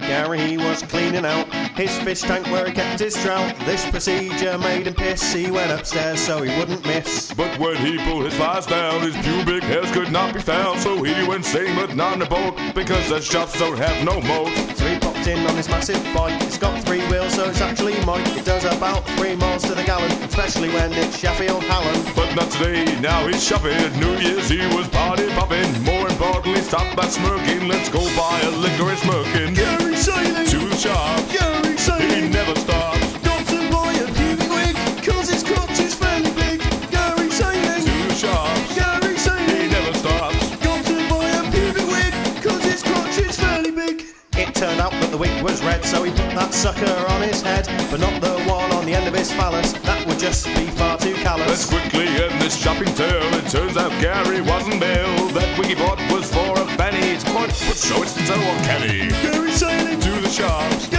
shower he was cleaning out his fish tank where he kept his trout. This procedure made him piss. He went upstairs so he wouldn't miss. But when he pulled his flies down, his pubic hairs could not be found. So he went sailing, but not in a boat, because the shops don't have no moat. So he popped in on his massive bike. It's got three wheels, so it's actually Mike. It does about three miles to the gallon, especially when it's Sheffield Hallam. But not today, now he's shoving. New Year's he was party popping. More importantly, stop that smirking. Let's go buy a liquor and smirking. Gary Sailing! Too sharp, Gary he Sailing! never stops. Doctor Roy of Hughie Wig, cause his crotch is fairly big. Gary Sailing! Too sharp, Gary Sailing! he never stops. It turned out that the wig was red, so he put that sucker on his head, but not the one on the end of his phallus. That would just be far too Let's callous. quickly end this shopping tale. It turns out Gary wasn't Bill. That wig he bought was for a penny. It's quite so it's so uncanny. Gary Sailing, To the shops,